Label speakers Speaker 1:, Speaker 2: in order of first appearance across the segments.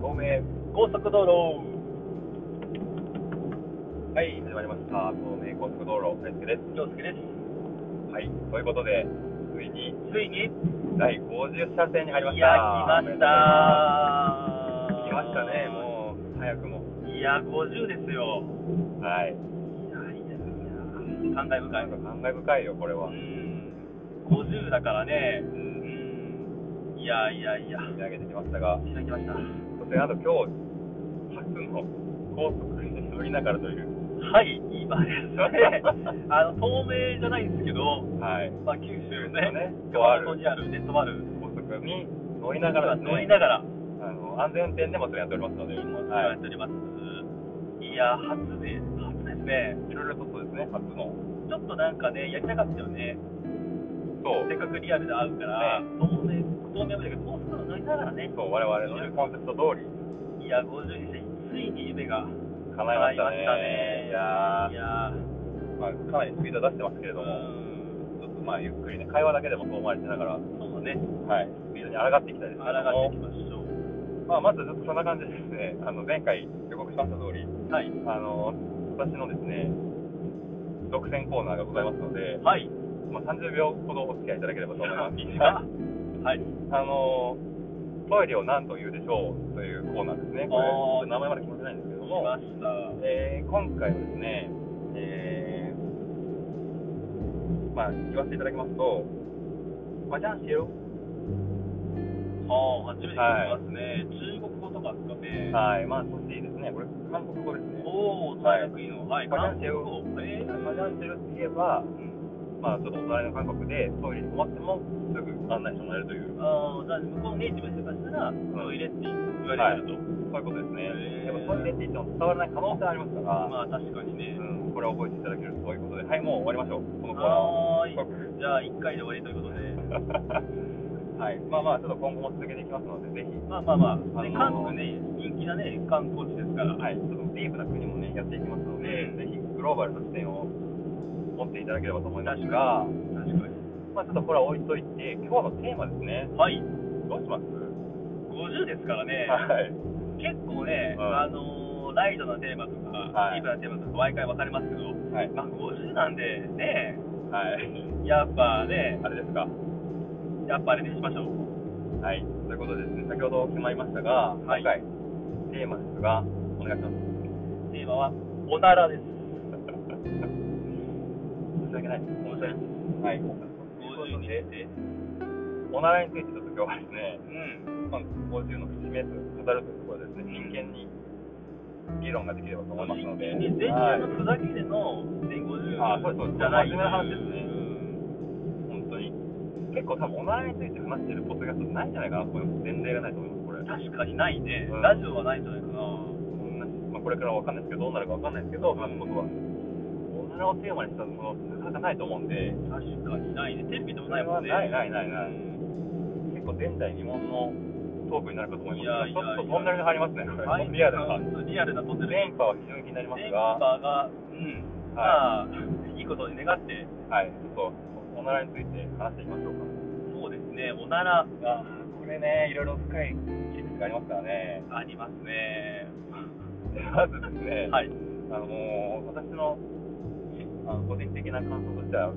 Speaker 1: 方面高速道路はい始まりました東名高速道路大輔です
Speaker 2: 京介です。
Speaker 1: はいということでついに
Speaker 2: ついに
Speaker 1: 第50車線に入りました
Speaker 2: いや、来ました
Speaker 1: 来ましたねもう早くも
Speaker 2: いや、50ですよ。
Speaker 1: はい
Speaker 2: いや、いや、いや、感慨深
Speaker 1: ないん。か感慨深いよこれは
Speaker 2: う
Speaker 1: うん
Speaker 2: ん、50だからね、
Speaker 1: 見
Speaker 2: うん、いや、いや、いや、
Speaker 1: 上げてきましたが
Speaker 2: 開きました。
Speaker 1: そしてあと今日初の高速に乗りながらという
Speaker 2: はい、今です ね、あの、透明じゃないんですけど、
Speaker 1: はい
Speaker 2: まあ、九州のね
Speaker 1: ね、
Speaker 2: 川のにあるネットバル、
Speaker 1: 高速に乗りながらですね
Speaker 2: 乗りながら、
Speaker 1: あの安全運転でもそれやっておりますので、
Speaker 2: 荷物を
Speaker 1: は
Speaker 2: やっ
Speaker 1: い、
Speaker 2: ております。いや、初で、初ですね。
Speaker 1: いろいろとそうですね、初の、
Speaker 2: ちょっとなんかね、やりたかったよね。
Speaker 1: そう
Speaker 2: せっ、かくリアルで会うから
Speaker 1: ね、
Speaker 2: 透明、透明無理だけど、高速道路乗りながらね、
Speaker 1: そう我々のねコンセプト通り
Speaker 2: いや、50にして、ついに夢が
Speaker 1: 叶いましたね。いや
Speaker 2: いや
Speaker 1: ー、まあ、かなりスピード出してますけれ
Speaker 2: ー、
Speaker 1: ども、
Speaker 2: う
Speaker 1: ちょっとまあゆっくりね、会話だけでも遠回りしながら、
Speaker 2: ーん、そうだね、
Speaker 1: はい、スピードに抗っていきたいです
Speaker 2: 抗
Speaker 1: けれど
Speaker 2: って
Speaker 1: も
Speaker 2: いき、ましょう。
Speaker 1: まあ、まずちょっとそんな感じでですね、あの前回予告しました通り、
Speaker 2: はい、
Speaker 1: あの私のですね、独占コーナーがございますので、
Speaker 2: はい、
Speaker 1: まあ、30秒ほどお付き合いいただければと思います。
Speaker 2: 短っはい、
Speaker 1: あのトイレを何と言うでしょうというコーナーですね、こ
Speaker 2: あー
Speaker 1: れ、名前まで決まってないんですけど
Speaker 2: 来
Speaker 1: も、
Speaker 2: ました。
Speaker 1: えー今回はですね、えーまあ、言わせていただきますと、まあ、じゃあしよ
Speaker 2: はあ、初めて聞きますね。中国語とかですかね。
Speaker 1: はい、まあ、そしていいですね、これ、韓国語ですね。
Speaker 2: おー、大学院の、はい、
Speaker 1: マジャンシ
Speaker 2: 韓国
Speaker 1: ェル
Speaker 2: 語。えー、
Speaker 1: マジャンシェルって言えば、まあ、ちょっとお隣の韓国でトイレに困っても、すぐ案内してもらえるという、
Speaker 2: あーじゃあ向こうのネイティブの人からしたら、トイレって言われ
Speaker 1: そ
Speaker 2: てると。
Speaker 1: ういうことですね。
Speaker 2: へー
Speaker 1: やっぱトイレって言っても伝わらない可能性ありますから、
Speaker 2: まあ、確かにね。
Speaker 1: うん、これを覚えていただけるということで、はい、もう終わりましょう、このコーナーは。
Speaker 2: はーい。じゃあ、1回で終わりということ で。
Speaker 1: はい、まあまあ、ちょっと今後も続けていきますので、ぜひ、
Speaker 2: まあまあまあ、ね、
Speaker 1: あ
Speaker 2: 韓
Speaker 1: のー
Speaker 2: 国ね、人気なね、観光地ですから。
Speaker 1: はい、ちょっとディープな国もね、やっていきますので、
Speaker 2: うん
Speaker 1: ぜひグローバルな視点を持っていただければと思います
Speaker 2: 確
Speaker 1: が、
Speaker 2: 確か
Speaker 1: まあ、ちょっとこれは置いといて、今日のテーマですね、
Speaker 2: に。はい。
Speaker 1: どうします
Speaker 2: 50ですからね、
Speaker 1: はい、
Speaker 2: 結構ね、
Speaker 1: うん
Speaker 2: あのーライトなテーマとか、
Speaker 1: は
Speaker 2: デ
Speaker 1: い
Speaker 2: ィープなテーマとか、毎回分かりますけど、
Speaker 1: はい、
Speaker 2: まあ、50なんで、ね、
Speaker 1: はい、
Speaker 2: やっぱね、
Speaker 1: あれですか。
Speaker 2: やっぱあれにしましょう。
Speaker 1: はい、ということでですね、先ほど決まりましたが、今
Speaker 2: はい
Speaker 1: 回、テーマですが、お願いします。
Speaker 2: テーマは、おならです。
Speaker 1: 申し訳ないです。
Speaker 2: 申し訳ないで
Speaker 1: はい、
Speaker 2: 50にして、
Speaker 1: おならについてちょっと今日はですね
Speaker 2: う、ん、
Speaker 1: まあ、50の節目と語るというところでですね、真剣に議論ができればと思いますので、
Speaker 2: に前
Speaker 1: はい
Speaker 2: 回のふざけでの、ね、50
Speaker 1: あそうそう
Speaker 2: じゃな
Speaker 1: 真
Speaker 2: い
Speaker 1: 面目な話ですね本
Speaker 2: うん
Speaker 1: 当に結構多分おならについて話してるポッドキャストないんじゃないかなと思います前例がないと思いますこれ
Speaker 2: 確かにないね、
Speaker 1: うん
Speaker 2: ラジオはないんじゃないかな。
Speaker 1: こんな、まあ、これからわかんないですけどどうなるかわかんないですけど韓国はおならをテーマにしたものなかなかないと思うんで
Speaker 2: 確かにないね、テレビでもないもんね。
Speaker 1: ないないないない結構前代未聞のトークになるかと思いますが
Speaker 2: いやいやいや
Speaker 1: ちょっとトンネルに入りますねこれ
Speaker 2: はい
Speaker 1: リアルな感じ
Speaker 2: リアルなトンネル。
Speaker 1: 電波は非常に気になります
Speaker 2: メン
Speaker 1: が
Speaker 2: バーが、うん、まあ、いいことに願って、
Speaker 1: はいちょっとおならについて話していきましょうか
Speaker 2: そうですね、おなら
Speaker 1: あこれねいろいろ深い切り口がありますからね
Speaker 2: ありますね。
Speaker 1: まずですね、
Speaker 2: は
Speaker 1: あ
Speaker 2: い。
Speaker 1: のー私のあの個人的な感想としては、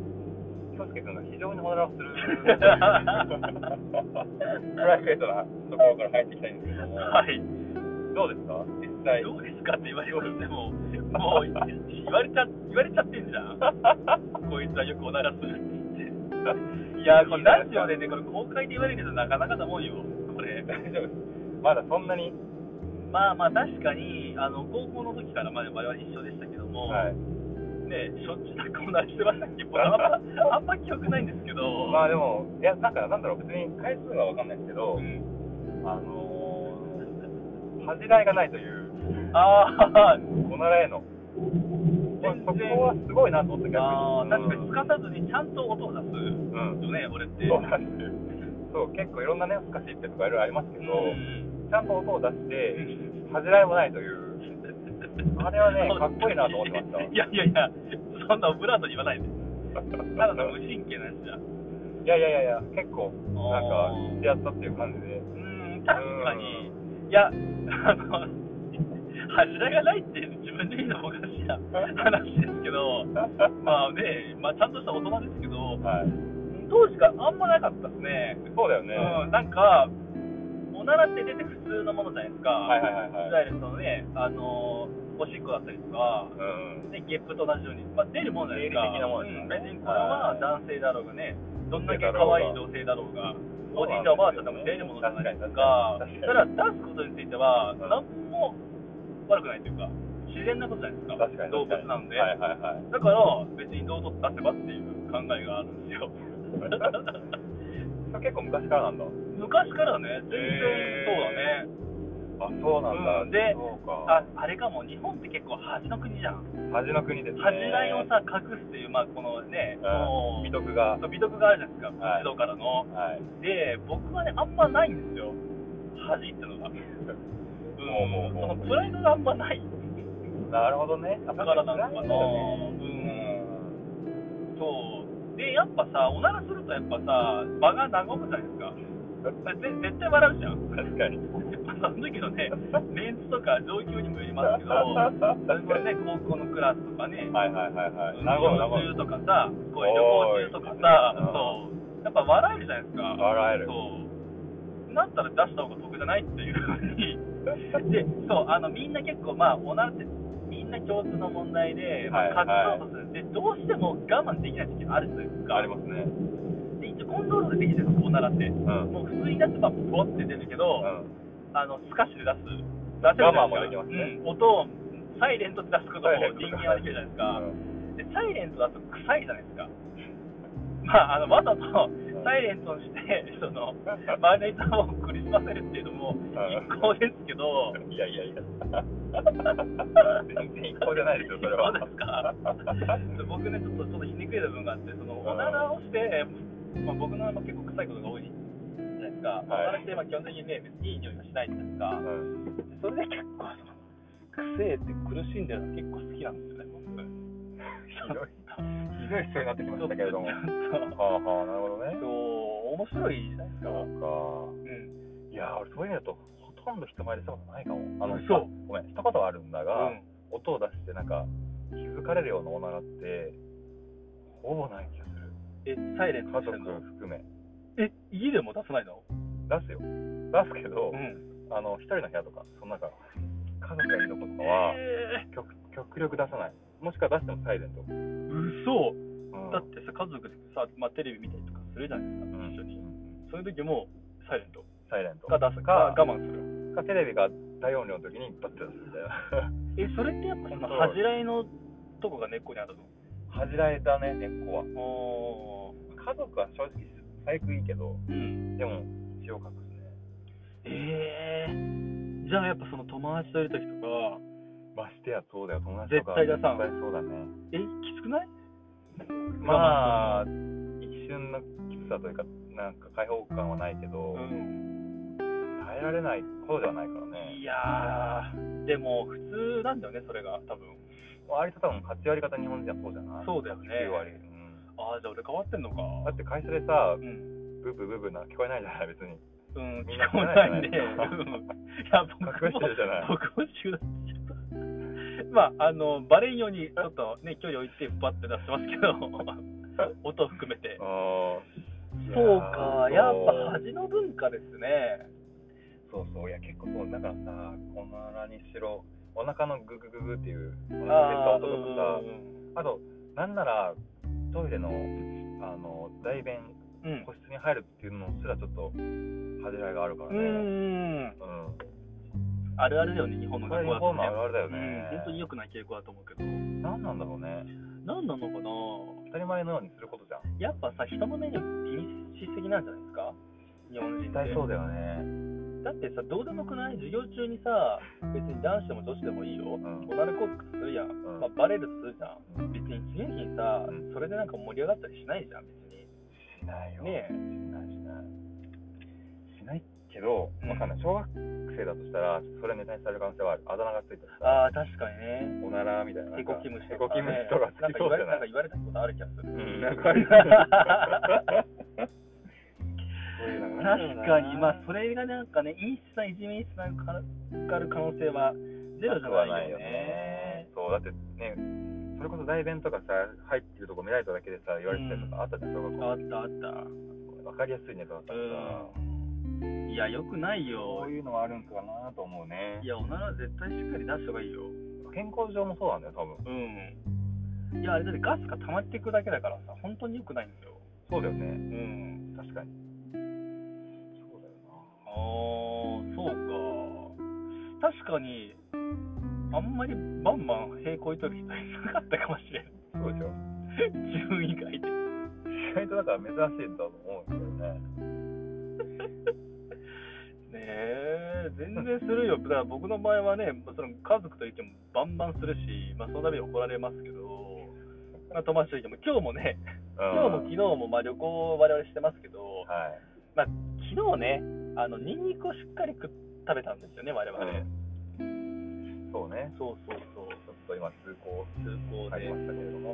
Speaker 1: 京介君が非常におならをする プライベートなところから入っていきたいんですけども、
Speaker 2: はい。
Speaker 1: どうですか、実際、
Speaker 2: どうですかって言われても、もう、言われちゃ、言われちゃってんじゃん。こいつはよくおならするって言って。いや、これラジオでね、これ公開で言われるとなかなかなもんよ、これ。
Speaker 1: 大丈夫です、まだそんなに、
Speaker 2: まあまあ、確かに、あの、高校の時から、まあ、我々一緒でしたけども、
Speaker 1: はい、
Speaker 2: ね、しょっちゅうなんかおならしてましたっけ僕あんま、あんま記憶ないんですけど。
Speaker 1: まあでも、いや、なんか、なんだろう、別に回数は分かんないですけど、
Speaker 2: うん
Speaker 1: あのー恥じらいがないという、
Speaker 2: あー
Speaker 1: おならへの、まあ
Speaker 2: 全然
Speaker 1: そこはすごいなと思って、逆に
Speaker 2: あー、確か
Speaker 1: う
Speaker 2: に、
Speaker 1: ん
Speaker 2: すかさずにちゃんと音を出す
Speaker 1: うん
Speaker 2: よね、俺って。
Speaker 1: そうなんですよ。そう、結構いろんなね、難しいってとかいろいろありますけど、
Speaker 2: うん
Speaker 1: ちゃんと音を出して、恥じらいもないという、あれはね、かっこいいなと思ってました。
Speaker 2: いやいやいや、そんなオブラートに言わないで。ただの無神経なやつじゃん。
Speaker 1: いやいやいやいや、結構、なんか、やったっていう感じで。
Speaker 2: うん、確かに。いや、あの、柱がないって自分で言うのもおかしいな話ですけど、まあね、まあ、ちゃんとした大人ですけど、
Speaker 1: はい、
Speaker 2: 当時からあんまなかったですね。
Speaker 1: そうだよね、
Speaker 2: うん、なんか、おならって出て普通のものじゃないですか、
Speaker 1: はいはいはい
Speaker 2: いわ
Speaker 1: はい
Speaker 2: ゆるそのね、あのおしっこだったりとか、
Speaker 1: うん
Speaker 2: ね、ゲップと同じように、まあ、出るもんじゃないですか、
Speaker 1: 生理的なものですよね
Speaker 2: うん別にこれは男性だろうがね、どんだけ可愛い女性だろうが、おじいちゃん、おばあちゃんでも出るものじゃないですか、
Speaker 1: 確かに
Speaker 2: ただ出すことについては、
Speaker 1: ん
Speaker 2: なんも悪くないというか、自然なことじゃないですか、
Speaker 1: 確かに
Speaker 2: 動物なんで。
Speaker 1: はいはいはい
Speaker 2: だから別に堂々と出せばっていう考えがあるん ですよ
Speaker 1: それ結構昔からなんだ
Speaker 2: 昔からね全然
Speaker 1: へー
Speaker 2: そ
Speaker 1: あ
Speaker 2: うだね
Speaker 1: そうなんだ、
Speaker 2: うんで
Speaker 1: そうか
Speaker 2: ああれかも日本って結構恥の国じゃん
Speaker 1: 恥の国ですね
Speaker 2: 恥じらいをさ隠すっていうまあこのね、
Speaker 1: う
Speaker 2: こ
Speaker 1: ん、
Speaker 2: の
Speaker 1: 美徳が
Speaker 2: そう美徳があるじゃないですか、
Speaker 1: はい
Speaker 2: 指導からの
Speaker 1: はい
Speaker 2: で僕はねあんまないんですよ恥ってのが、うん、
Speaker 1: うもうもう
Speaker 2: そのプライドがあんまない
Speaker 1: なるほどね
Speaker 2: だからなのかな、
Speaker 1: う
Speaker 2: うん
Speaker 1: ん
Speaker 2: そう。で、やっぱさ、おならするとやっぱさ、場が和むじゃないですか。ぜ絶対笑うじゃん。
Speaker 1: 確かに
Speaker 2: やっぱその時のね、メンツとか状況にもよりますけど、
Speaker 1: 確かに
Speaker 2: それね、高校のクラスとかね、
Speaker 1: はいはいはいはい
Speaker 2: 運
Speaker 1: なるほどなるほ
Speaker 2: 動
Speaker 1: ど
Speaker 2: 中とかさ、こういう旅行
Speaker 1: お
Speaker 2: 中とかさ、そう。やっぱ笑える
Speaker 1: 笑える
Speaker 2: じゃないですか。そう。なったら出した方が得じゃないっていうふうに。で、そう、あの、みんな結構、まあ、おならって、みんな共通の問題で、ま
Speaker 1: は
Speaker 2: あ、
Speaker 1: いはい
Speaker 2: 隠そうとするんで、どうしても我慢できない時あるというか、
Speaker 1: ありますね
Speaker 2: で一応コントロールできてるのおならって
Speaker 1: うん
Speaker 2: もう普通に出せばボワって出るけ
Speaker 1: う
Speaker 2: ど、
Speaker 1: ん
Speaker 2: あのスカッシュで出す出せるじゃ
Speaker 1: 我慢も
Speaker 2: ない
Speaker 1: できますね
Speaker 2: うん、音をサイレントで出すこと
Speaker 1: サイ
Speaker 2: も
Speaker 1: レント
Speaker 2: 人間はできるじゃないですか、
Speaker 1: うん
Speaker 2: でサイレントだと臭いじゃないですかまああのわざとサイレントにしてそのマネージャーを苦しませるっていうのも一行ですけど、
Speaker 1: いやいやいや全然一向じゃないですよそれは
Speaker 2: そうですか僕ねちょっとちょっとひねくれた部分があってそのおならをして、まあ、僕のまあ結構臭いことが多いじゃないですか、
Speaker 1: い
Speaker 2: おならってまあ基本的にね別にいい匂いはしないじゃないですか
Speaker 1: うん
Speaker 2: それで結構その臭えって苦しんでるの結構好きなんですよね僕
Speaker 1: ひどいひどい人になってきましたけれども
Speaker 2: ち
Speaker 1: は
Speaker 2: ょっと
Speaker 1: あはあなるほどね
Speaker 2: そう面白いじゃないですか
Speaker 1: そうか
Speaker 2: うん
Speaker 1: いやー俺そういうのとほとんど人前でしたことないかもあの
Speaker 2: そう
Speaker 1: ごめんしたことはあるんだが、
Speaker 2: うん
Speaker 1: 音を出してなんか気づかれるようなおならってほぼない気がする
Speaker 2: えサイレント
Speaker 1: 家
Speaker 2: して
Speaker 1: 族
Speaker 2: んの
Speaker 1: 含め
Speaker 2: え家でも出さないの
Speaker 1: 出すよ出すけど、
Speaker 2: ん
Speaker 1: あの一人の部屋とかその中家族がいるとことかは
Speaker 2: え
Speaker 1: 極極力出さないもしくは出してもサイレント、うん
Speaker 2: ー、嘘だってさ家族でさ、まあ、テレビ見たりとかするじゃないですか、一緒
Speaker 1: う
Speaker 2: に
Speaker 1: ん
Speaker 2: そういう時もサイレント
Speaker 1: サイレント
Speaker 2: が出す
Speaker 1: が
Speaker 2: か我慢する
Speaker 1: かテレビが大音量の時にバッて出すみたいな
Speaker 2: えそれってやっぱその
Speaker 1: そう
Speaker 2: 恥じらいのとこが根っこにあるの
Speaker 1: 恥じられたね根っこは
Speaker 2: お
Speaker 1: 家族は正直最悪いいけど
Speaker 2: うん
Speaker 1: でも一応隠すね
Speaker 2: えー、じゃあやっぱその友達といる時とか
Speaker 1: ましてやそうだよ友達
Speaker 2: 絶
Speaker 1: とか
Speaker 2: 対出さん
Speaker 1: 絶対そうだね
Speaker 2: えきつくない
Speaker 1: まあ一瞬のきつさというかなんか解放感はないけど、
Speaker 2: ん
Speaker 1: 耐えられない方ではないからね
Speaker 2: いやーでも普通なんだよねそれが多分
Speaker 1: 割と多分8割方日本人はそうじゃない
Speaker 2: そうだよね
Speaker 1: 9割、うん、
Speaker 2: ああじゃあ俺変わってんのか
Speaker 1: だって会社でさ
Speaker 2: うん
Speaker 1: ブーブーブーブーな聞こえないじゃない別に
Speaker 2: うん
Speaker 1: みんな
Speaker 2: 聞
Speaker 1: 聞こ
Speaker 2: こ
Speaker 1: え
Speaker 2: え
Speaker 1: な
Speaker 2: ないい
Speaker 1: じ
Speaker 2: ね
Speaker 1: ゃ
Speaker 2: うん
Speaker 1: ない
Speaker 2: いや僕も
Speaker 1: 隠してるじゃない
Speaker 2: 僕も集団しちゃったまああのバレんようにちょっとね距離置いてバッて出してます けど音含めて
Speaker 1: あー
Speaker 2: そうか
Speaker 1: い
Speaker 2: や
Speaker 1: や
Speaker 2: っ
Speaker 1: ー
Speaker 2: ぱ恥の文化ですね
Speaker 1: そうそういや結構そうだからさおならにしろお腹のググググっていうお腹
Speaker 2: あ
Speaker 1: の出
Speaker 2: ー
Speaker 1: た音とかさあとなんならトイレのあの代弁
Speaker 2: うんうん
Speaker 1: 個室に入るっていうのすらちょっと恥じらいがあるから
Speaker 2: う
Speaker 1: ね。うん。
Speaker 2: んあるあるだよね日本の
Speaker 1: これ
Speaker 2: 学
Speaker 1: 日
Speaker 2: 校
Speaker 1: 本のあ
Speaker 2: だ
Speaker 1: るあるだ
Speaker 2: と
Speaker 1: よね。
Speaker 2: うん本当に良くない傾向だと思うけど
Speaker 1: 何なんだろうね。
Speaker 2: 何なのかな
Speaker 1: 当たり前のようにすることじゃん。
Speaker 2: やっぱさ人の目に気にしすぎなんじゃないですか日本人
Speaker 1: 絶
Speaker 2: っ
Speaker 1: 対
Speaker 2: て
Speaker 1: そうだよね。
Speaker 2: だってさどうでもくない授業中にさ別に男子でも女子でもいいよ、
Speaker 1: ん
Speaker 2: おならコックするやん、
Speaker 1: ん
Speaker 2: まあ、バレるとするじゃん
Speaker 1: うん
Speaker 2: 別に次の日にさ、
Speaker 1: うん
Speaker 2: それでなんか盛り上がったりしないじゃん別に
Speaker 1: しないよ。
Speaker 2: ね
Speaker 1: し
Speaker 2: え
Speaker 1: ないしない。しないけど、
Speaker 2: うん
Speaker 1: わかんない。小学生だとしたら、それネタにされる可能性はある。あだ名がついたりさ、
Speaker 2: ああ確かにね
Speaker 1: おならみたいな。
Speaker 2: ヘコキムシ
Speaker 1: ヘ
Speaker 2: と
Speaker 1: コ
Speaker 2: か、
Speaker 1: キムシとかつ
Speaker 2: なん
Speaker 1: きそ
Speaker 2: か言
Speaker 1: う
Speaker 2: わ
Speaker 1: じ
Speaker 2: れ
Speaker 1: ゃな
Speaker 2: ないんか。言われたことある気がする、
Speaker 1: うん、なんかある。そういうのがあるよ
Speaker 2: 確
Speaker 1: な
Speaker 2: かに、まあ、それがなんかね、陰湿ないじめにつながる可能性はゼロじゃないよね。
Speaker 1: そうだってねそれこそ代弁とかさ入ってるとこ見られただけでさ言われてたりとかあったじゃん小学
Speaker 2: あったあった。
Speaker 1: 校わかりやすいネタだったからさ
Speaker 2: うん。いや、よくないよ
Speaker 1: そう。いうのはあるんかなと思うね
Speaker 2: いや、おなら絶対しっかり出した方がいいよ。
Speaker 1: 健康上もそうなんだよ多分
Speaker 2: うん。いや、あれだってガスが溜まっていくだけだからさ、本当に良くないんだよ。
Speaker 1: そうだよね
Speaker 2: うん。
Speaker 1: 確かにそうだよな
Speaker 2: ああ、そうか。確かに、あんまりバンバン平行いとる人いなかったかもしれん。
Speaker 1: そうでしょ
Speaker 2: 自分以外で。
Speaker 1: 意外とだから珍しいとは思うんだけどね
Speaker 2: ねえ全然するよ、だから僕の場合はね、その家族といてもバンバンするし、まあ、その度に怒られますけど、まあ、友達といても、今日もね、今日も
Speaker 1: う
Speaker 2: 昨
Speaker 1: ん
Speaker 2: 日もまあ旅行を我々してますけど、
Speaker 1: はい
Speaker 2: 昨日ね、あのニンニクをしっかり食食べたんですよね、我々。
Speaker 1: そうね
Speaker 2: そうそうそう、
Speaker 1: ちょっと今通行
Speaker 2: 通行
Speaker 1: 入
Speaker 2: で
Speaker 1: りま。したけれども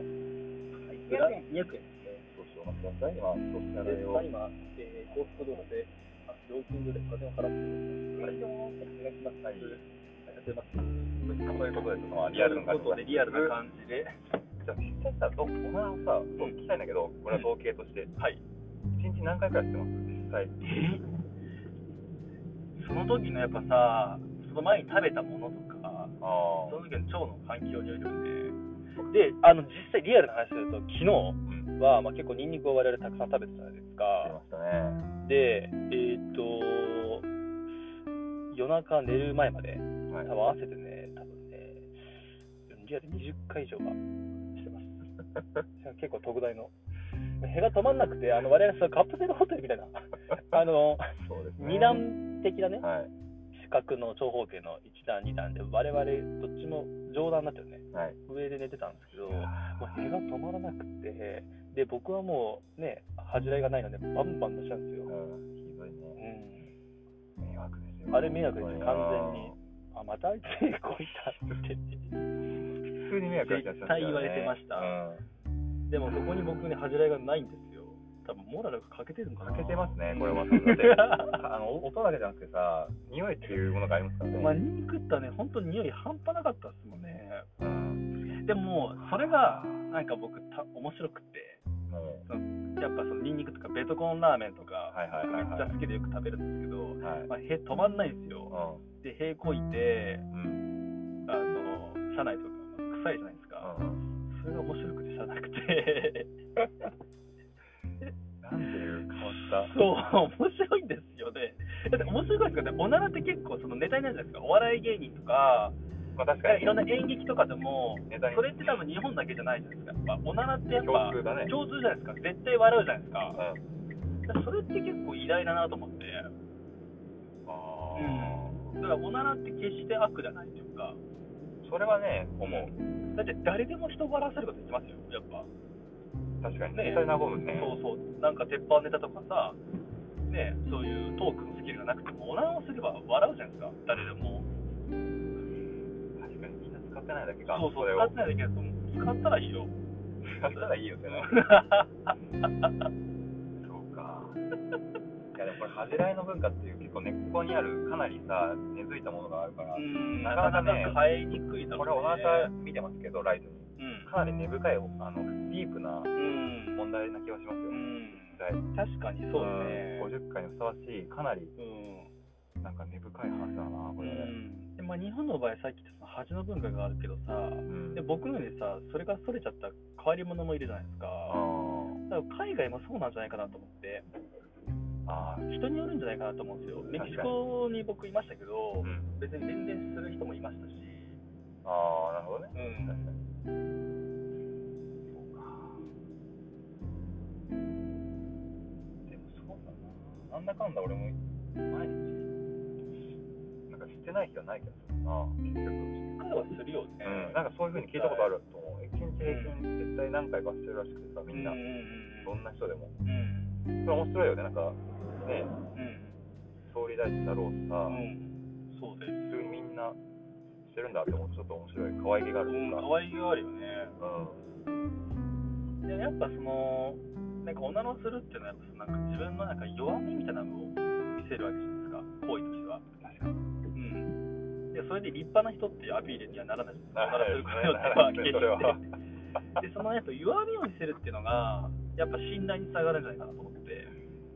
Speaker 2: いくら200円
Speaker 1: 少々お待ちください今少し
Speaker 2: で
Speaker 1: 流
Speaker 2: す
Speaker 1: れを
Speaker 2: ね。今、えー、高速道路で、あ料金所でお金を払って、はい、お願いします。
Speaker 1: はい
Speaker 2: やってます。
Speaker 1: そういうことですまあリアルな
Speaker 2: ということで、リアルな感じで。
Speaker 1: じゃあ実際さ、どお前はさ、そう聞きたいんだけど、俺は統計として、
Speaker 2: はい。
Speaker 1: 一日何回くらいしてます実際。
Speaker 2: その時のやっぱさ、その前に食べたものとか、
Speaker 1: あ
Speaker 2: その
Speaker 1: あ。
Speaker 2: 時の腸の環境によるよね。で、あの実際リアルな話すると、昨
Speaker 1: うん。
Speaker 2: 日は、まあ、結構ニンニクを我々たくさん食べてたじゃないです
Speaker 1: してま
Speaker 2: か。
Speaker 1: したね。
Speaker 2: で、えーっと、夜中寝る前まで、
Speaker 1: は
Speaker 2: 多
Speaker 1: い。
Speaker 2: 分合わせてね、多分ね、リアル20回以上はしてま す。結構特大の。へが止まんなくて、あの我々そのカップセルホテルみたいな、あの、
Speaker 1: そうですね。
Speaker 2: 二段的なね、
Speaker 1: はい。
Speaker 2: 四角の長方形の1段、2段で、我々どっちも上段になってるね、
Speaker 1: はい。
Speaker 2: 上で寝てたんですけど、もうへが止まらなくて、で、僕はもうね、恥じらいがないので、バンバン出したんですよ。
Speaker 1: うん。ひどいね。
Speaker 2: う
Speaker 1: 迷惑です
Speaker 2: ん、
Speaker 1: よ。
Speaker 2: あれ迷惑ですね、完全に
Speaker 1: 本。
Speaker 2: あ、またあいつ成功したって。
Speaker 1: 当に。普通に迷惑かけちゃってましたよね
Speaker 2: 絶対言われてましたでもそこに僕ね、恥じらいがないんですよ。多分モラルが欠けてるのか
Speaker 1: うん。
Speaker 2: な。
Speaker 1: かけてますね、これは。
Speaker 2: うん
Speaker 1: だってあの音だけじゃなくてさ、匂いっていうものがありますからね。
Speaker 2: まあ、ニンニクったね、本当に匂い半端なかったっすもんね。
Speaker 1: うん。
Speaker 2: でも、それが、なんか僕、た面白くて、
Speaker 1: もう
Speaker 2: やっぱそのニンニクとかベトコンラーメンとか、
Speaker 1: はいはい
Speaker 2: め
Speaker 1: はい
Speaker 2: っ
Speaker 1: はい
Speaker 2: ちゃ。好きでよく食べるんですけど、
Speaker 1: はい。
Speaker 2: まあ、へ止まんないんですよ。で、へこいて、
Speaker 1: うん。うん。
Speaker 2: あの、車内とか、まあ臭いじゃないですか。
Speaker 1: うん。
Speaker 2: それが面白くてしゃあなくて、
Speaker 1: なんていう変わった。
Speaker 2: そう、面白いんですよね。だって面白くないですか、ね、おならって結構そのネタになるじゃないですか、お笑い芸人とか、
Speaker 1: まあ確かに
Speaker 2: いろんな演劇とかでも、
Speaker 1: ネタに
Speaker 2: それって多分日本だけじゃないじゃないですか、やっぱおならってやっぱ
Speaker 1: 共通だね
Speaker 2: 共通じゃないですか、絶対笑うじゃないですか、
Speaker 1: うん
Speaker 2: だからそれって結構偉大だなと思って、
Speaker 1: あー
Speaker 2: だからおならって決して悪じゃないというか、
Speaker 1: それはね思う
Speaker 2: だって誰でも人を笑わせることできますよ、やっぱ、
Speaker 1: 確かに
Speaker 2: ね
Speaker 1: 絶対和むね
Speaker 2: そうそう、なんか鉄板ネタとかさ、ね、そういうトークのスキルがなくても、おならをすれば笑うじゃないですか、誰でも。
Speaker 1: 確かにみんな使ってないだけか
Speaker 2: そうそう、
Speaker 1: れ
Speaker 2: 使
Speaker 1: を
Speaker 2: ってないだけだと思う、使ったらい いよ。
Speaker 1: 使ったらいいよってなそうかいやでもこれ恥じらいの文化っていう結構根っこにあるかなりさ根付いたものがあるから、
Speaker 2: うん、
Speaker 1: な
Speaker 2: な
Speaker 1: かな
Speaker 2: かな
Speaker 1: か
Speaker 2: か
Speaker 1: ね
Speaker 2: 変えにくいだろう、
Speaker 1: これ
Speaker 2: ね。
Speaker 1: はお腹見てますけどライトに
Speaker 2: うん。
Speaker 1: かなり根深いあのディープな
Speaker 2: うん。
Speaker 1: 問題な気がしますよ、
Speaker 2: うん
Speaker 1: 絶対
Speaker 2: 確かにそうだね。
Speaker 1: 50回にふさわしいかなり
Speaker 2: う
Speaker 1: なんか根深い話だなこ
Speaker 2: ん。
Speaker 1: れ、
Speaker 2: うん。でまあ、日本の場合、さっき言ったその恥の文化があるけどさ、
Speaker 1: うん
Speaker 2: で僕のようにさ、それがそれちゃった変わり者もいるじゃないですか。だから海外もそうなんじゃないかなと思って、
Speaker 1: あーあー
Speaker 2: 人によるんじゃないかなと思うんですよ。メキシコに僕いましたけど
Speaker 1: う、ん
Speaker 2: 別に全然する人もいましたし、
Speaker 1: あーなるほどね
Speaker 2: う
Speaker 1: 確かにそうか
Speaker 2: ん。
Speaker 1: でもそうだななんだかんだ俺も毎日なんかしてない日はないけどな結局
Speaker 2: 彼はするよね。
Speaker 1: うんなんかそういう風に聞いたことあると思う一日平均絶対何回かしてるらしくてさみんな
Speaker 2: うんうん
Speaker 1: どんな人でも
Speaker 2: うんうん。
Speaker 1: それ面白いよねなんかね
Speaker 2: うん
Speaker 1: 総理大臣だろうさ
Speaker 2: うん。うん。そうだよ。
Speaker 1: 普通にみんなしてるんだって思うとちょっと面白い可愛げがある
Speaker 2: うん、
Speaker 1: とか
Speaker 2: 可愛げがあるよね。
Speaker 1: うん
Speaker 2: でやっぱその、ね、なんか女のするっていうのはやっぱなんか自分のなんか弱みみたいなのを見せるわけじゃないですか行為としては
Speaker 1: 確かに。
Speaker 2: うんでそれで立派な人っていうアピールにはならないです
Speaker 1: ならない
Speaker 2: す
Speaker 1: ですね
Speaker 2: ることによっては
Speaker 1: ならないですねそれは
Speaker 2: 決してでそのやっぱ弱みを見せるっていうのがやっぱ信頼につながるんじゃないかなと思って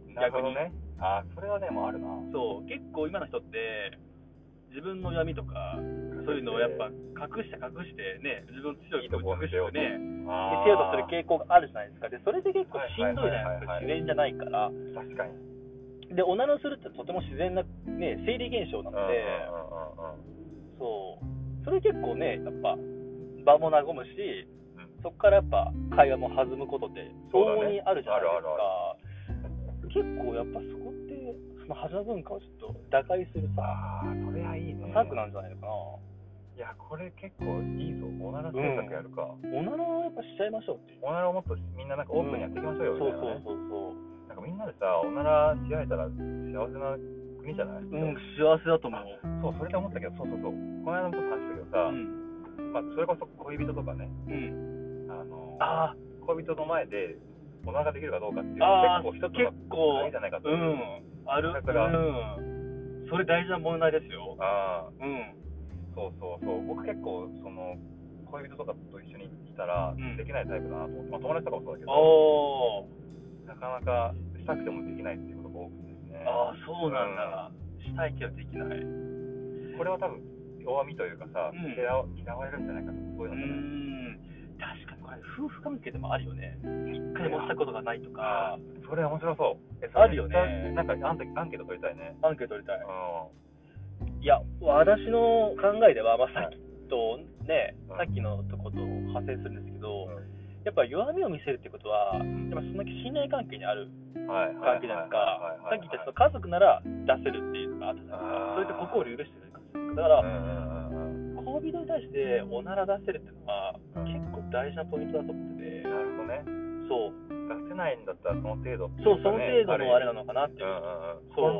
Speaker 1: なるほどね。ああ、それはでもあるな。
Speaker 2: そう結構今の人って自分の闇とかそういうのをやっぱ隠して隠してね自分の強いところを隠してね見
Speaker 1: あー
Speaker 2: せようとする傾向があるじゃないですかでそれで結構しんどいじゃないですか
Speaker 1: はいはいはいはい確かに。
Speaker 2: 自然じゃないからでオナラをするってとても自然な、ね、生理現象な
Speaker 1: うん
Speaker 2: の
Speaker 1: うん
Speaker 2: で、そうそれ結構ねやっぱ場も和むし、
Speaker 1: う
Speaker 2: そこからやっぱ会話も弾むことって
Speaker 1: そうだ
Speaker 2: 往々
Speaker 1: ね
Speaker 2: にあるじゃないで
Speaker 1: あ
Speaker 2: すか
Speaker 1: る
Speaker 2: 結構やっぱそこってその恥の文化をちょっと打開す
Speaker 1: う
Speaker 2: る
Speaker 1: ん
Speaker 2: さ
Speaker 1: ああ、それはいいね。
Speaker 2: 策なんじゃないのかな、
Speaker 1: いや、これ結構いいぞ。おなら政策やるか。
Speaker 2: おならをやっぱしちゃいましょうっていう。
Speaker 1: おならをもっとみんななんかオープンにやっていきましょうよ、
Speaker 2: そう
Speaker 1: みたいな、ね。
Speaker 2: そうそう
Speaker 1: なんかみんなでさ、おならし合えたら幸せな国じゃない、
Speaker 2: そう。うん、幸せだと思
Speaker 1: そ
Speaker 2: う。
Speaker 1: う、それで思ったけど、そうそうそう。この間もちょっと話したけどさ、
Speaker 2: うん。
Speaker 1: まあ、それこそ恋人とかね、
Speaker 2: うん。
Speaker 1: あの
Speaker 2: あ
Speaker 1: 恋人の前でお腹できるかどうかっていうのは
Speaker 2: あ、ああ、
Speaker 1: 結構一つ
Speaker 2: 結
Speaker 1: のあ
Speaker 2: 構
Speaker 1: れじゃないかと。
Speaker 2: うん。ある。
Speaker 1: だから
Speaker 2: うん。それ大事な問題ですよ。
Speaker 1: ああ、
Speaker 2: うん。
Speaker 1: そうそうそう。僕結構、その、恋人とかと一緒にいたら
Speaker 2: うん
Speaker 1: できないタイプだなと思って、まあ、友達とかもそうだけど、
Speaker 2: あー
Speaker 1: なかなかしたくてもできないっていうことが多くてですね。
Speaker 2: あー、そうなんだ。したいけどできない。う
Speaker 1: これは多分、弱みというかさ、
Speaker 2: うん
Speaker 1: 嫌わ嫌われるんじゃないかとか、そういうのじゃない
Speaker 2: ん。確かにこれ夫婦関係でもあるよね。一回もしたことがないと
Speaker 1: あ
Speaker 2: か。
Speaker 1: ーそれ面白そう。えそれ
Speaker 2: あるよね
Speaker 1: なんかアンケアンケート取りたいね。
Speaker 2: アンケート取りたい。
Speaker 1: う
Speaker 2: いや、私の考えでは、まあ、さっきとね、
Speaker 1: うん
Speaker 2: さっきのとこと派生するんですけど、
Speaker 1: う
Speaker 2: やっぱ弱みを見せるってことは、
Speaker 1: ん
Speaker 2: やっぱその信頼関係にある
Speaker 1: ん。はい。
Speaker 2: 関係じゃないですか、さっき言ったその
Speaker 1: と
Speaker 2: 家族なら出せるっていうのがあったじゃない
Speaker 1: あー
Speaker 2: ですか、それって心を許してる感じですだから、
Speaker 1: うんうんうんうん。
Speaker 2: 恋人に対しておなら出せるっていうのは、
Speaker 1: うん
Speaker 2: 結構大事なポイントだと思ってて
Speaker 1: な、るほどね。
Speaker 2: そう、
Speaker 1: 出せないんだったらその程度ってい
Speaker 2: そう
Speaker 1: う
Speaker 2: そ
Speaker 1: か
Speaker 2: の
Speaker 1: ね
Speaker 2: 程度のあれなのかなって
Speaker 1: う
Speaker 2: い
Speaker 1: ん
Speaker 2: う、
Speaker 1: う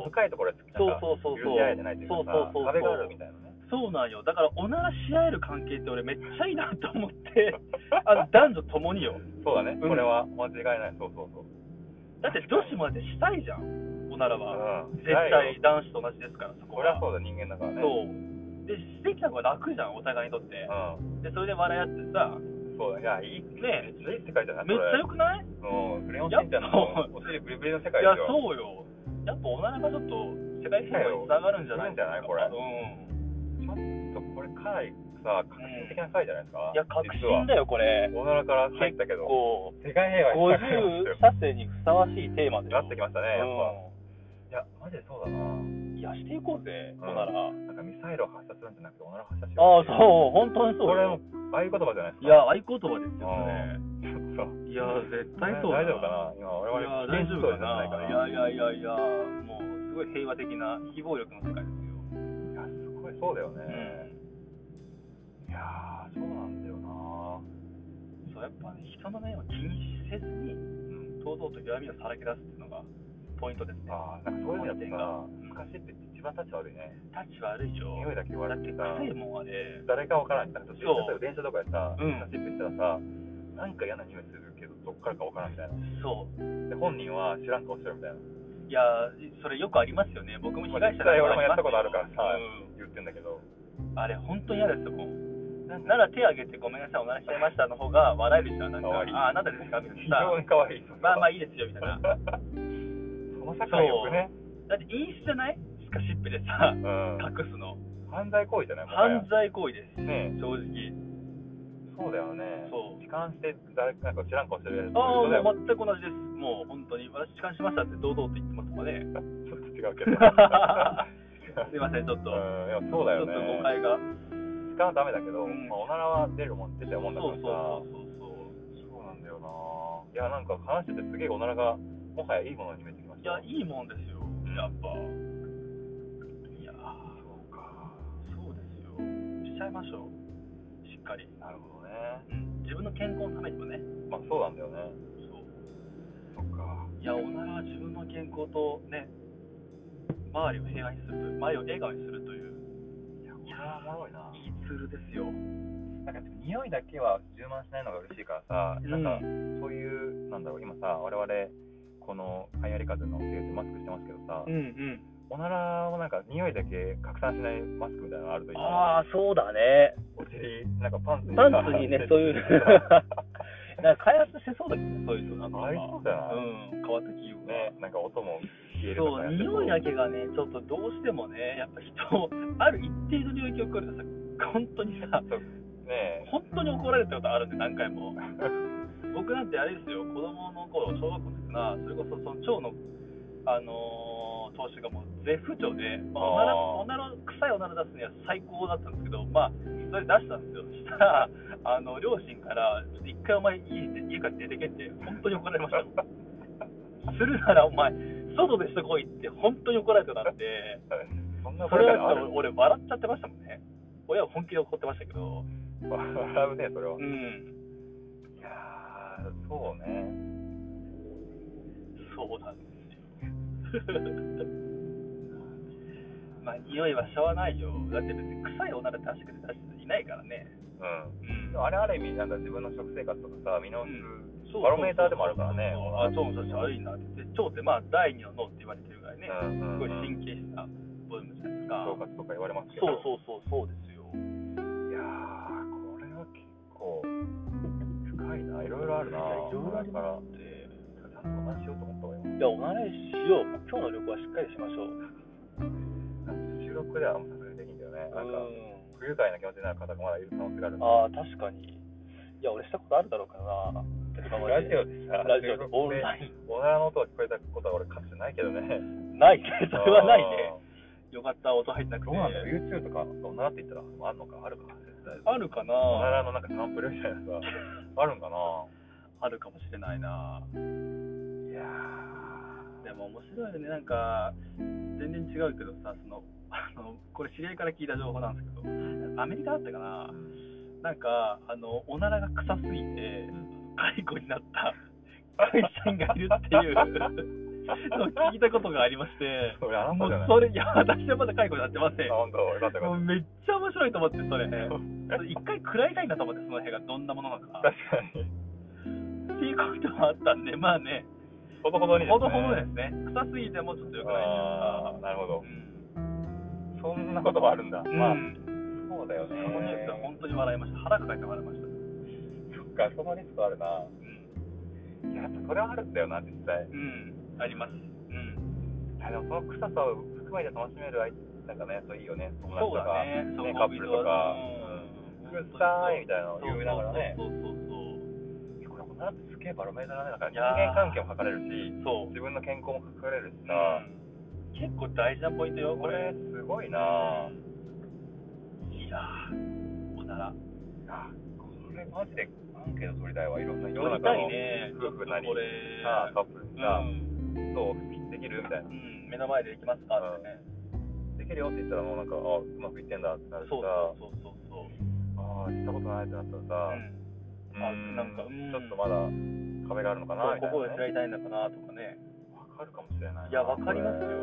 Speaker 1: んうん。
Speaker 2: そう
Speaker 1: 深いところは
Speaker 2: そう
Speaker 1: なんか
Speaker 2: そうそう
Speaker 1: 許し合えて
Speaker 2: そ
Speaker 1: ないという
Speaker 2: う、そう
Speaker 1: か
Speaker 2: そう
Speaker 1: さ、
Speaker 2: そ
Speaker 1: 壁
Speaker 2: う
Speaker 1: があ
Speaker 2: そ
Speaker 1: る
Speaker 2: う
Speaker 1: み。たいなね。
Speaker 2: そうなんよ。だから、おならし合える関係って俺めっちゃいいなと思って、 あの男女ともによ。
Speaker 1: そうだね。
Speaker 2: うん
Speaker 1: これは間違いない。そうそうそう。
Speaker 2: だって女子までしたいじゃん、おならは。
Speaker 1: うん。
Speaker 2: 絶対男子と同じですから、そこ
Speaker 1: これ
Speaker 2: は
Speaker 1: は。そうだ人間だからね。
Speaker 2: そう。で、してきた方が楽じゃん、お互いにとって。
Speaker 1: う
Speaker 2: で、それで笑い合ってさ、
Speaker 1: ん。そうだ。いやいい
Speaker 2: ね
Speaker 1: めっちゃいい世界じゃない。
Speaker 2: めっちゃ良くない
Speaker 1: それうん。クレヨンしんちゃんのお尻ブリブリの世界
Speaker 2: い
Speaker 1: でし
Speaker 2: や、
Speaker 1: ょ。
Speaker 2: そうよ。やっぱおならがちょっと世界平和につながるんじゃな
Speaker 1: い
Speaker 2: いですか。
Speaker 1: いんじゃないこ
Speaker 2: うん。
Speaker 1: ちょっとこれかなりさ革新的な回じゃないですか。
Speaker 2: いや、確
Speaker 1: 実は
Speaker 2: 信だよ、これ。
Speaker 1: おならから入ったけど、
Speaker 2: こう、
Speaker 1: 世界 平和に
Speaker 2: 50射精にふさわしいテーマでしょ
Speaker 1: なってきましたね。やっぱ。いやマジでそうだな。
Speaker 2: うんいや、していこうぜ、
Speaker 1: ん
Speaker 2: おなら。
Speaker 1: なんかミサイルを発射するんじゃなくて、おならを発射し
Speaker 2: ああ、
Speaker 1: ようってい
Speaker 2: そう、本当にそう。
Speaker 1: これも、合言葉じゃないです
Speaker 2: い
Speaker 1: か。
Speaker 2: や、合言葉ですよね。
Speaker 1: そう、
Speaker 2: いや、絶対そうだ
Speaker 1: 大丈夫かな今、我
Speaker 2: いや、
Speaker 1: 々、
Speaker 2: 大丈夫か
Speaker 1: じゃないか
Speaker 2: な。い
Speaker 1: な。いや、
Speaker 2: やいやいやいや、もう、すごい平和的な非暴力の世界ですよ。
Speaker 1: すごいそうだよね。
Speaker 2: うん。
Speaker 1: いやー、そうなんだよな。
Speaker 2: そう、やっぱね、人の面を気にせずに、
Speaker 1: うん。
Speaker 2: 堂々と弱みをさらけ出すっていうのが、ポイントですね。
Speaker 1: あー、なんかそういうのやってさ、
Speaker 2: 昔、
Speaker 1: 昔って一番立ち悪いね。
Speaker 2: タッチ悪いよ。
Speaker 1: 匂いだけ言わ
Speaker 2: だ
Speaker 1: れ
Speaker 2: ってて、
Speaker 1: さ、
Speaker 2: 臭いもんあれ。
Speaker 1: 誰かわからんみたいな。例え
Speaker 2: そう
Speaker 1: ば電車とかでさ、
Speaker 2: うん
Speaker 1: カシップしたらさ、なんか嫌な匂いするけど、どっからかわからんみたいな。
Speaker 2: そう。
Speaker 1: で、本人は知らん顔してるみたいな。
Speaker 2: いや、それよくありますよね。僕も被害者
Speaker 1: 実際俺もやったことあ
Speaker 2: り
Speaker 1: る
Speaker 2: ま
Speaker 1: か
Speaker 2: す
Speaker 1: らさ
Speaker 2: ようん、
Speaker 1: 言ってんだけど。
Speaker 2: あれ、本当に嫌ですよ、もう。ななら手挙げてごめんなさい、おならしちゃいましたの方が笑えるじゃん、なんか、
Speaker 1: かわいい
Speaker 2: ああ、あなたですかみたい
Speaker 1: 非
Speaker 2: な
Speaker 1: 常
Speaker 2: さ、
Speaker 1: に可愛い。
Speaker 2: まあまあ
Speaker 1: い。
Speaker 2: いいですよみたいな。
Speaker 1: その社会よくね。
Speaker 2: だって陰湿じゃないスカシップでさ、
Speaker 1: うん
Speaker 2: 隠すの。
Speaker 1: 犯罪行為じゃないもはや
Speaker 2: 犯罪行為です、
Speaker 1: ねえ
Speaker 2: 正直。
Speaker 1: そうだよね
Speaker 2: そう
Speaker 1: 痴漢して誰かなんか知らん顔してるやつ
Speaker 2: ああ、
Speaker 1: だよ
Speaker 2: もう全く同じです。もう本当に、私、痴漢しましたって堂々と言ってますからね。
Speaker 1: ちょっと違う けど
Speaker 2: すいません、ちょっと。
Speaker 1: うんいやそうだよね
Speaker 2: ちょっと誤解が。
Speaker 1: 痴漢はダメだけど、
Speaker 2: うん
Speaker 1: まあ、おならは出るもん出てる
Speaker 2: そ
Speaker 1: も
Speaker 2: うん
Speaker 1: だ
Speaker 2: そ
Speaker 1: から
Speaker 2: う
Speaker 1: さ
Speaker 2: そうそう。
Speaker 1: そうなんだよないやなんか話しててすげえおならがもはやいいものに見えてきまし
Speaker 2: い
Speaker 1: た
Speaker 2: や、いいもんですよ、やっぱ。いやー
Speaker 1: そうか
Speaker 2: そうですよ。しちゃいましょう。しっかり。
Speaker 1: なるほどね
Speaker 2: うん。自分の健康のためにもね。
Speaker 1: まあそうなんだよね
Speaker 2: そう。
Speaker 1: そっか
Speaker 2: いや、おならは自分の健康とね、周りを平和にするという、周りを笑顔にするという、
Speaker 1: いやおならはおもろいない
Speaker 2: いツールですよ。
Speaker 1: なんかでも匂いだけは充満しないのが嬉しいからさ、
Speaker 2: うん
Speaker 1: なんかそういうなんだろう今さ我々この流行り風のせいでマスクしてますけどさ、
Speaker 2: うんうん
Speaker 1: おならをなんか匂いだけ拡散しないマスクみたいなのあるといいね
Speaker 2: ああそうだね
Speaker 1: お尻なんかパンツに
Speaker 2: パンツ にねそう いうなんか開発してそうだけどねそういう人なんか
Speaker 1: ありそうだよ
Speaker 2: うん変わった企業が
Speaker 1: ねなんか音も消えると
Speaker 2: そ
Speaker 1: か
Speaker 2: う
Speaker 1: やって
Speaker 2: 匂いだけがねちょっとどうしてもねやっぱ人をある一定の領域を超えるとさ本当にさ
Speaker 1: ね
Speaker 2: 本当に怒られたことあるんで何回も僕なんてあれですよ子供の頃小学校の時かなそれこそその腸のあのー、投資がもう絶不調で、まあ、おなら
Speaker 1: あー
Speaker 2: おなら臭いおなら出すには最高だったんですけどまあそれ出したんですよそしたらあの両親から「ちょっと一回お前家家から出てけ」って本当に怒られましたするならお前外でしてこいって本当に怒られてたんで
Speaker 1: そんな
Speaker 2: そ
Speaker 1: こと
Speaker 2: れ
Speaker 1: か
Speaker 2: は
Speaker 1: らある
Speaker 2: 俺笑っちゃってましたもんね親は本気で怒ってましたけど
Speaker 1: 笑うねそれは、
Speaker 2: う
Speaker 1: い
Speaker 2: ん
Speaker 1: やーそうね
Speaker 2: そうなんですよ。まあ、匂いはしょうがないよ。だって別に臭いおなら出してくれた人いないからね。
Speaker 1: う
Speaker 2: うん
Speaker 1: んでもあれある意味なんか自分の食生活とかさ見直す、
Speaker 2: そう
Speaker 1: バロメーターでもあるからね
Speaker 2: あ、そうそうそう、悪いなって言って。腸ってまあ、第二の脳って言われてるからね。
Speaker 1: うんうん
Speaker 2: すごい
Speaker 1: うん
Speaker 2: 神経質な部分じゃないです
Speaker 1: 腸
Speaker 2: か。
Speaker 1: 活とか言われますけど
Speaker 2: そうそうそう、そうですよ。
Speaker 1: いやーこれは結構深いないろいろあるない
Speaker 2: やいろいろあり
Speaker 1: だから
Speaker 2: で
Speaker 1: ちゃんと話しようと思った方がいい
Speaker 2: いや、おならしよう。今日の旅行はしっかりしましょ
Speaker 1: な
Speaker 2: う。
Speaker 1: んか収録ではさすがにできんだよねなんか
Speaker 2: うん
Speaker 1: 不愉快な気持ちになる方がまだいる可能性があるんで
Speaker 2: ああ、確かに。いや、俺したことあるだろうからな。今まで
Speaker 1: ラジオでさ
Speaker 2: ラジオでオン
Speaker 1: ン
Speaker 2: ライン。
Speaker 1: おならの音が聞こえたことは俺かつてないけどね
Speaker 2: ないね、それはないね。よかった、音入ってな
Speaker 1: あー
Speaker 2: く
Speaker 1: どう
Speaker 2: て。
Speaker 1: なんだろう YouTube とかおならって言ったらあるのかあるか絶対
Speaker 2: あるかな
Speaker 1: おならのなんかサンプルみたいなさあるんかな
Speaker 2: あるかもしれないな。
Speaker 1: いや
Speaker 2: でも面白いよね、なんか、全然違うけどさ、その、あの、これ知り合いから聞いた情報なんですけど、アメリカだったかななんか、あの、おならが臭すぎて、解雇に なった会社員がいるっていう のを聞いたことがありまして、
Speaker 1: それあん
Speaker 2: も
Speaker 1: ま
Speaker 2: う
Speaker 1: じゃない
Speaker 2: それ、いや、私はまだ解雇になってません
Speaker 1: あ。本当よかったよ
Speaker 2: も
Speaker 1: か
Speaker 2: う
Speaker 1: っ
Speaker 2: めっちゃ面白いと思って、それ。
Speaker 1: た
Speaker 2: 一回食らいたいなと思って、その部屋がどんなもの なの
Speaker 1: 確
Speaker 2: か。
Speaker 1: かに
Speaker 2: っていうこともあったんで、まあね、
Speaker 1: ほどほどにですね
Speaker 2: ほどほどですね、臭すぎてもちょっと良くない
Speaker 1: あーなるほど
Speaker 2: です
Speaker 1: そんなこともあるんだ、
Speaker 2: うん、
Speaker 1: まあ
Speaker 2: うん
Speaker 1: そうだよね
Speaker 2: このニュースは本当に笑いました、腹抱えて笑いました。
Speaker 1: そっかそのリスクあるな
Speaker 2: う
Speaker 1: いややっぱそれはあるんだよな実際
Speaker 2: ん、うん、あります。うん、
Speaker 1: あでもその臭さを含めて楽しめる相手なんかねそういいよね友達
Speaker 2: そ
Speaker 1: と
Speaker 2: うだ
Speaker 1: か
Speaker 2: ね、そう
Speaker 1: カップルとか
Speaker 2: うん
Speaker 1: うるさいみたいなのを
Speaker 2: そう
Speaker 1: 言いながらね
Speaker 2: そうそ
Speaker 1: いや
Speaker 2: うそう
Speaker 1: これこんなってすげえバロメーターだねなんか
Speaker 2: い
Speaker 1: 人
Speaker 2: やー
Speaker 1: 間関係も測れるし
Speaker 2: そうそう。そう
Speaker 1: 自分の健康も測れるしな、
Speaker 2: うん結構大事なポイントよ、
Speaker 1: こ
Speaker 2: こ
Speaker 1: れ
Speaker 2: れ。
Speaker 1: すごいな、
Speaker 2: いやー、おなら。
Speaker 1: あこれマジでアンケート取りたいわいろんな世の
Speaker 2: 取り
Speaker 1: 中
Speaker 2: た
Speaker 1: の
Speaker 2: いね、
Speaker 1: 夫婦なり
Speaker 2: ちょっとこれ。
Speaker 1: さカップルにさ
Speaker 2: う、ん
Speaker 1: どうできるみたいな
Speaker 2: うん、目の前でできますかってね、
Speaker 1: できるよって言ったらもうなんかあうまくいってんだってなるしさ
Speaker 2: そうそうそう
Speaker 1: あ
Speaker 2: そうそう、
Speaker 1: あしたことないってなったらさ、う
Speaker 2: うん、あなんかうん
Speaker 1: ちょっとまだ壁があるのかな
Speaker 2: そ
Speaker 1: みた
Speaker 2: うこ
Speaker 1: いな、
Speaker 2: こでや
Speaker 1: ね、
Speaker 2: りたいんだかなとかね
Speaker 1: わかるかもしれないない
Speaker 2: やわかりますよ
Speaker 1: これ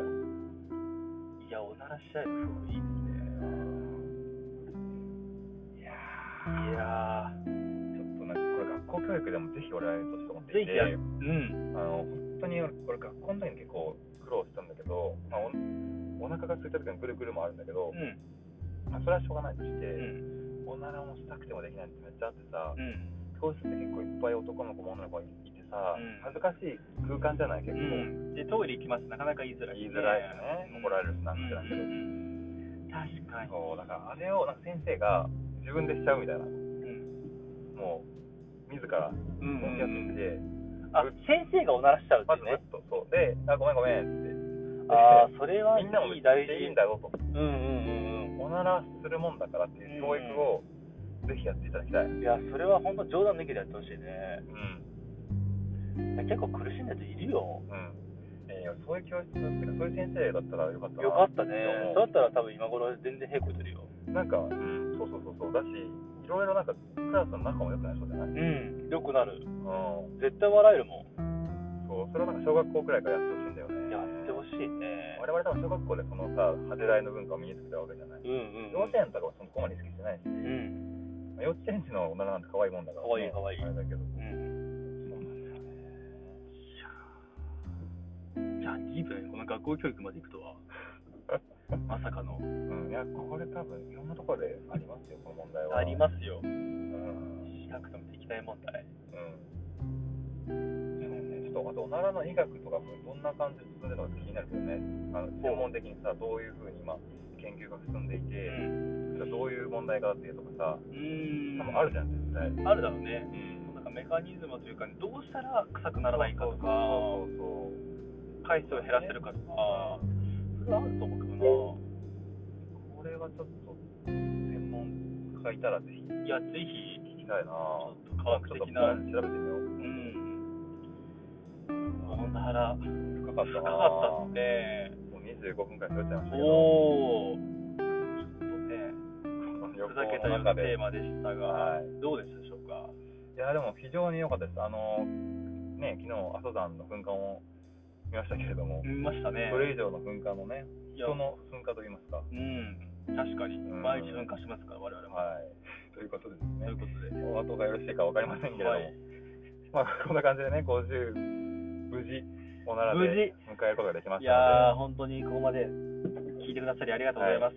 Speaker 2: いやおならしちゃえば夫婦いい
Speaker 1: いや
Speaker 2: ですねいや
Speaker 1: ーちょっとなんかこれ学校教育でもぜひ俺はやるとして思っていて
Speaker 2: ぜひやるーうん
Speaker 1: あの本当に俺俺学校の時に結構苦労したんだけど、まあ、おお腹が空いた時のくるくるもあるんだけど
Speaker 2: う、ん
Speaker 1: まあ、それはしょうがないとし
Speaker 2: う
Speaker 1: て、
Speaker 2: ん
Speaker 1: おならもしたくてもできないってめっちゃあってさ、
Speaker 2: うん
Speaker 1: 教室って結構いっぱい男の子も女の子がいてさ、
Speaker 2: うん
Speaker 1: 恥ずかしい空間じゃない結
Speaker 2: う
Speaker 1: 構、
Speaker 2: んでトイレ行きますなかなか言いづらい
Speaker 1: 言いづらいしね、怒られるしなんてなんだけど、
Speaker 2: うん確かに
Speaker 1: そうだからあれをなんか先生が自分でしちゃうみたいな
Speaker 2: うん
Speaker 1: もう自ら
Speaker 2: う
Speaker 1: 本気
Speaker 2: ん
Speaker 1: を
Speaker 2: う
Speaker 1: つ
Speaker 2: ん
Speaker 1: けて
Speaker 2: あ先生がおならしちゃうって
Speaker 1: ま
Speaker 2: い
Speaker 1: ず
Speaker 2: う
Speaker 1: グッとそ
Speaker 2: ね
Speaker 1: うで「あごめんごめん」って
Speaker 2: ああそれは
Speaker 1: みんなも
Speaker 2: いい大事
Speaker 1: でいいんだぞと
Speaker 2: うんうんうんうん
Speaker 1: おならするもんだからっていう教育をぜひやっていただきたい、うん
Speaker 2: いやそれは本当冗談抜きでやってほしいねいや結構苦しんだ人いるよ
Speaker 1: うんえーそういう教室っていうかそういう先生だったらよかったな
Speaker 2: よかったね
Speaker 1: うん
Speaker 2: そうだったら多分今頃全然平行してるよ
Speaker 1: なんか、うんそうそうそうそうだしいろいろなんかクラスの仲も良くなりそうじゃない、うん、
Speaker 2: うんよくなる
Speaker 1: そ
Speaker 2: 絶対笑えるも
Speaker 1: うそれはなんか小学校くらいからやってほしいんだよ
Speaker 2: ん
Speaker 1: ね
Speaker 2: やってほしいね
Speaker 1: 我々多分小学校でそのさ派手台の文化を身につけたわけじゃない
Speaker 2: うんうん
Speaker 1: 幼稚園とかはそこまで意識してないし、
Speaker 2: うん
Speaker 1: 幼稚園児の女なんて可愛いもんだから、
Speaker 2: 可愛い可愛い
Speaker 1: あれだけど。
Speaker 2: うん
Speaker 1: そうなんだよね。
Speaker 2: いやジープねこの学校教育まで行くと はまさかの
Speaker 1: うん、いや、これ多分いろんなところでありますよ、この問題は。
Speaker 2: あり
Speaker 1: す。
Speaker 2: ますよ
Speaker 1: うん。
Speaker 2: 少なくとも敵対問題
Speaker 1: うん。そうね、ちょっとあとおならの医学とかもどんな感じで進んでるのか気になるけどね、あの専門的にさ、どういうふうに今、研究が進んでいて、どういう問題があってとかさ、
Speaker 2: うん
Speaker 1: 多分あるじゃん、絶対。
Speaker 2: あるだろうね
Speaker 1: うん
Speaker 2: なんかメカニズムというかどうしたら臭くならないかとか
Speaker 1: そうそうそう
Speaker 2: 回数を減らせるかとかそれはあると思うけど
Speaker 1: そうこれはちょっと専門家いたらぜひ
Speaker 2: ないやぜひ
Speaker 1: 聞きたいな
Speaker 2: ちょっと科学的な
Speaker 1: ちょっと調べてみよう
Speaker 2: うんおなら
Speaker 1: 深かったな
Speaker 2: 深かったっ
Speaker 1: も
Speaker 2: て
Speaker 1: う25分くらい取っちゃいましたけど
Speaker 2: おおちょっとねふざけたようなテー
Speaker 1: マ
Speaker 2: マでした
Speaker 1: は
Speaker 2: が
Speaker 1: い
Speaker 2: どうでしたでしょうか
Speaker 1: いやでも非常に良かったですあのね昨日阿蘇山の噴火を見ましたけれども、
Speaker 2: 見ましたね
Speaker 1: それ以上の噴火のね
Speaker 2: いや
Speaker 1: 人の噴火といいますか
Speaker 2: うん確かに
Speaker 1: ん
Speaker 2: 毎日噴火しますから我々も
Speaker 1: はいということです
Speaker 2: と
Speaker 1: ね
Speaker 2: いうことで
Speaker 1: お後がよろしいかわかりませんけれども、
Speaker 2: はい
Speaker 1: まあこんな感じでね50無事おならで
Speaker 2: 無
Speaker 1: 迎
Speaker 2: 事
Speaker 1: えることができま
Speaker 2: い
Speaker 1: したので
Speaker 2: やー、本当にここまで聞いてくださりありがとうございます。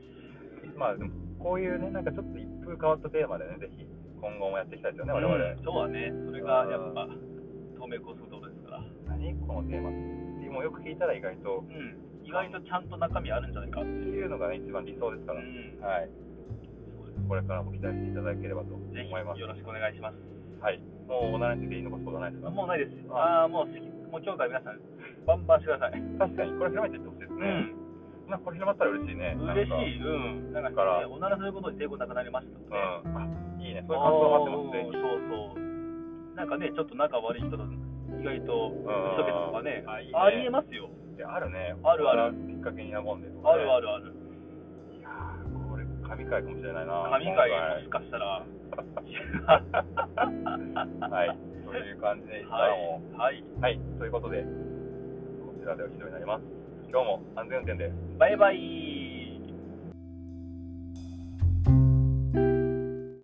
Speaker 1: まあでもこういうねなんかちょっと一風変わったテーマでねぜひ今後もやっていきたいですよね我々、
Speaker 2: うん今日はね、それがやっぱ、東名高速道路ですから、
Speaker 1: 何このテーマってもうよく聞いたら意外と
Speaker 2: うん、意外とちゃんと中身あるんじゃないかって
Speaker 1: って
Speaker 2: い
Speaker 1: い
Speaker 2: う。
Speaker 1: うのがね一番理想ですから、
Speaker 2: うん、
Speaker 1: はい
Speaker 2: そう
Speaker 1: これからも期待していただければと思
Speaker 2: ですぜ
Speaker 1: います
Speaker 2: ひよろしくお願いします。
Speaker 1: はいもうおならについて言い残すことはないですか
Speaker 2: もうないです。ああー、もう好き、もう今日から皆さん、バンバンしてください。
Speaker 1: 確かにこれ広めていってほしいですね、なんかこれ広まったら嬉しいね
Speaker 2: うん、嬉
Speaker 1: い
Speaker 2: しい。うん、なんか、ね、
Speaker 1: から
Speaker 2: おならすることに抵抗なくなりましたので、
Speaker 1: うんあいいねそういう感想があってますぜ
Speaker 2: お
Speaker 1: ひ
Speaker 2: ーそうそう。なんかね、ちょっと仲悪い人と、意外と、打ち解けたとかね、
Speaker 1: あいいね
Speaker 2: ありえますよ。
Speaker 1: いやあるね
Speaker 2: あるある
Speaker 1: きっかけに和んでとか、ね、
Speaker 2: あるあ
Speaker 1: る
Speaker 2: るある。
Speaker 1: いやーこれ神回かもしれないな
Speaker 2: 神回もしかしたら。
Speaker 1: 今回 はいという感じで一
Speaker 2: は
Speaker 1: 旦
Speaker 2: い
Speaker 1: も。
Speaker 2: はい。
Speaker 1: はい、ということで、こちらでは以上になります。今日も安全運転で。
Speaker 2: バイバイ。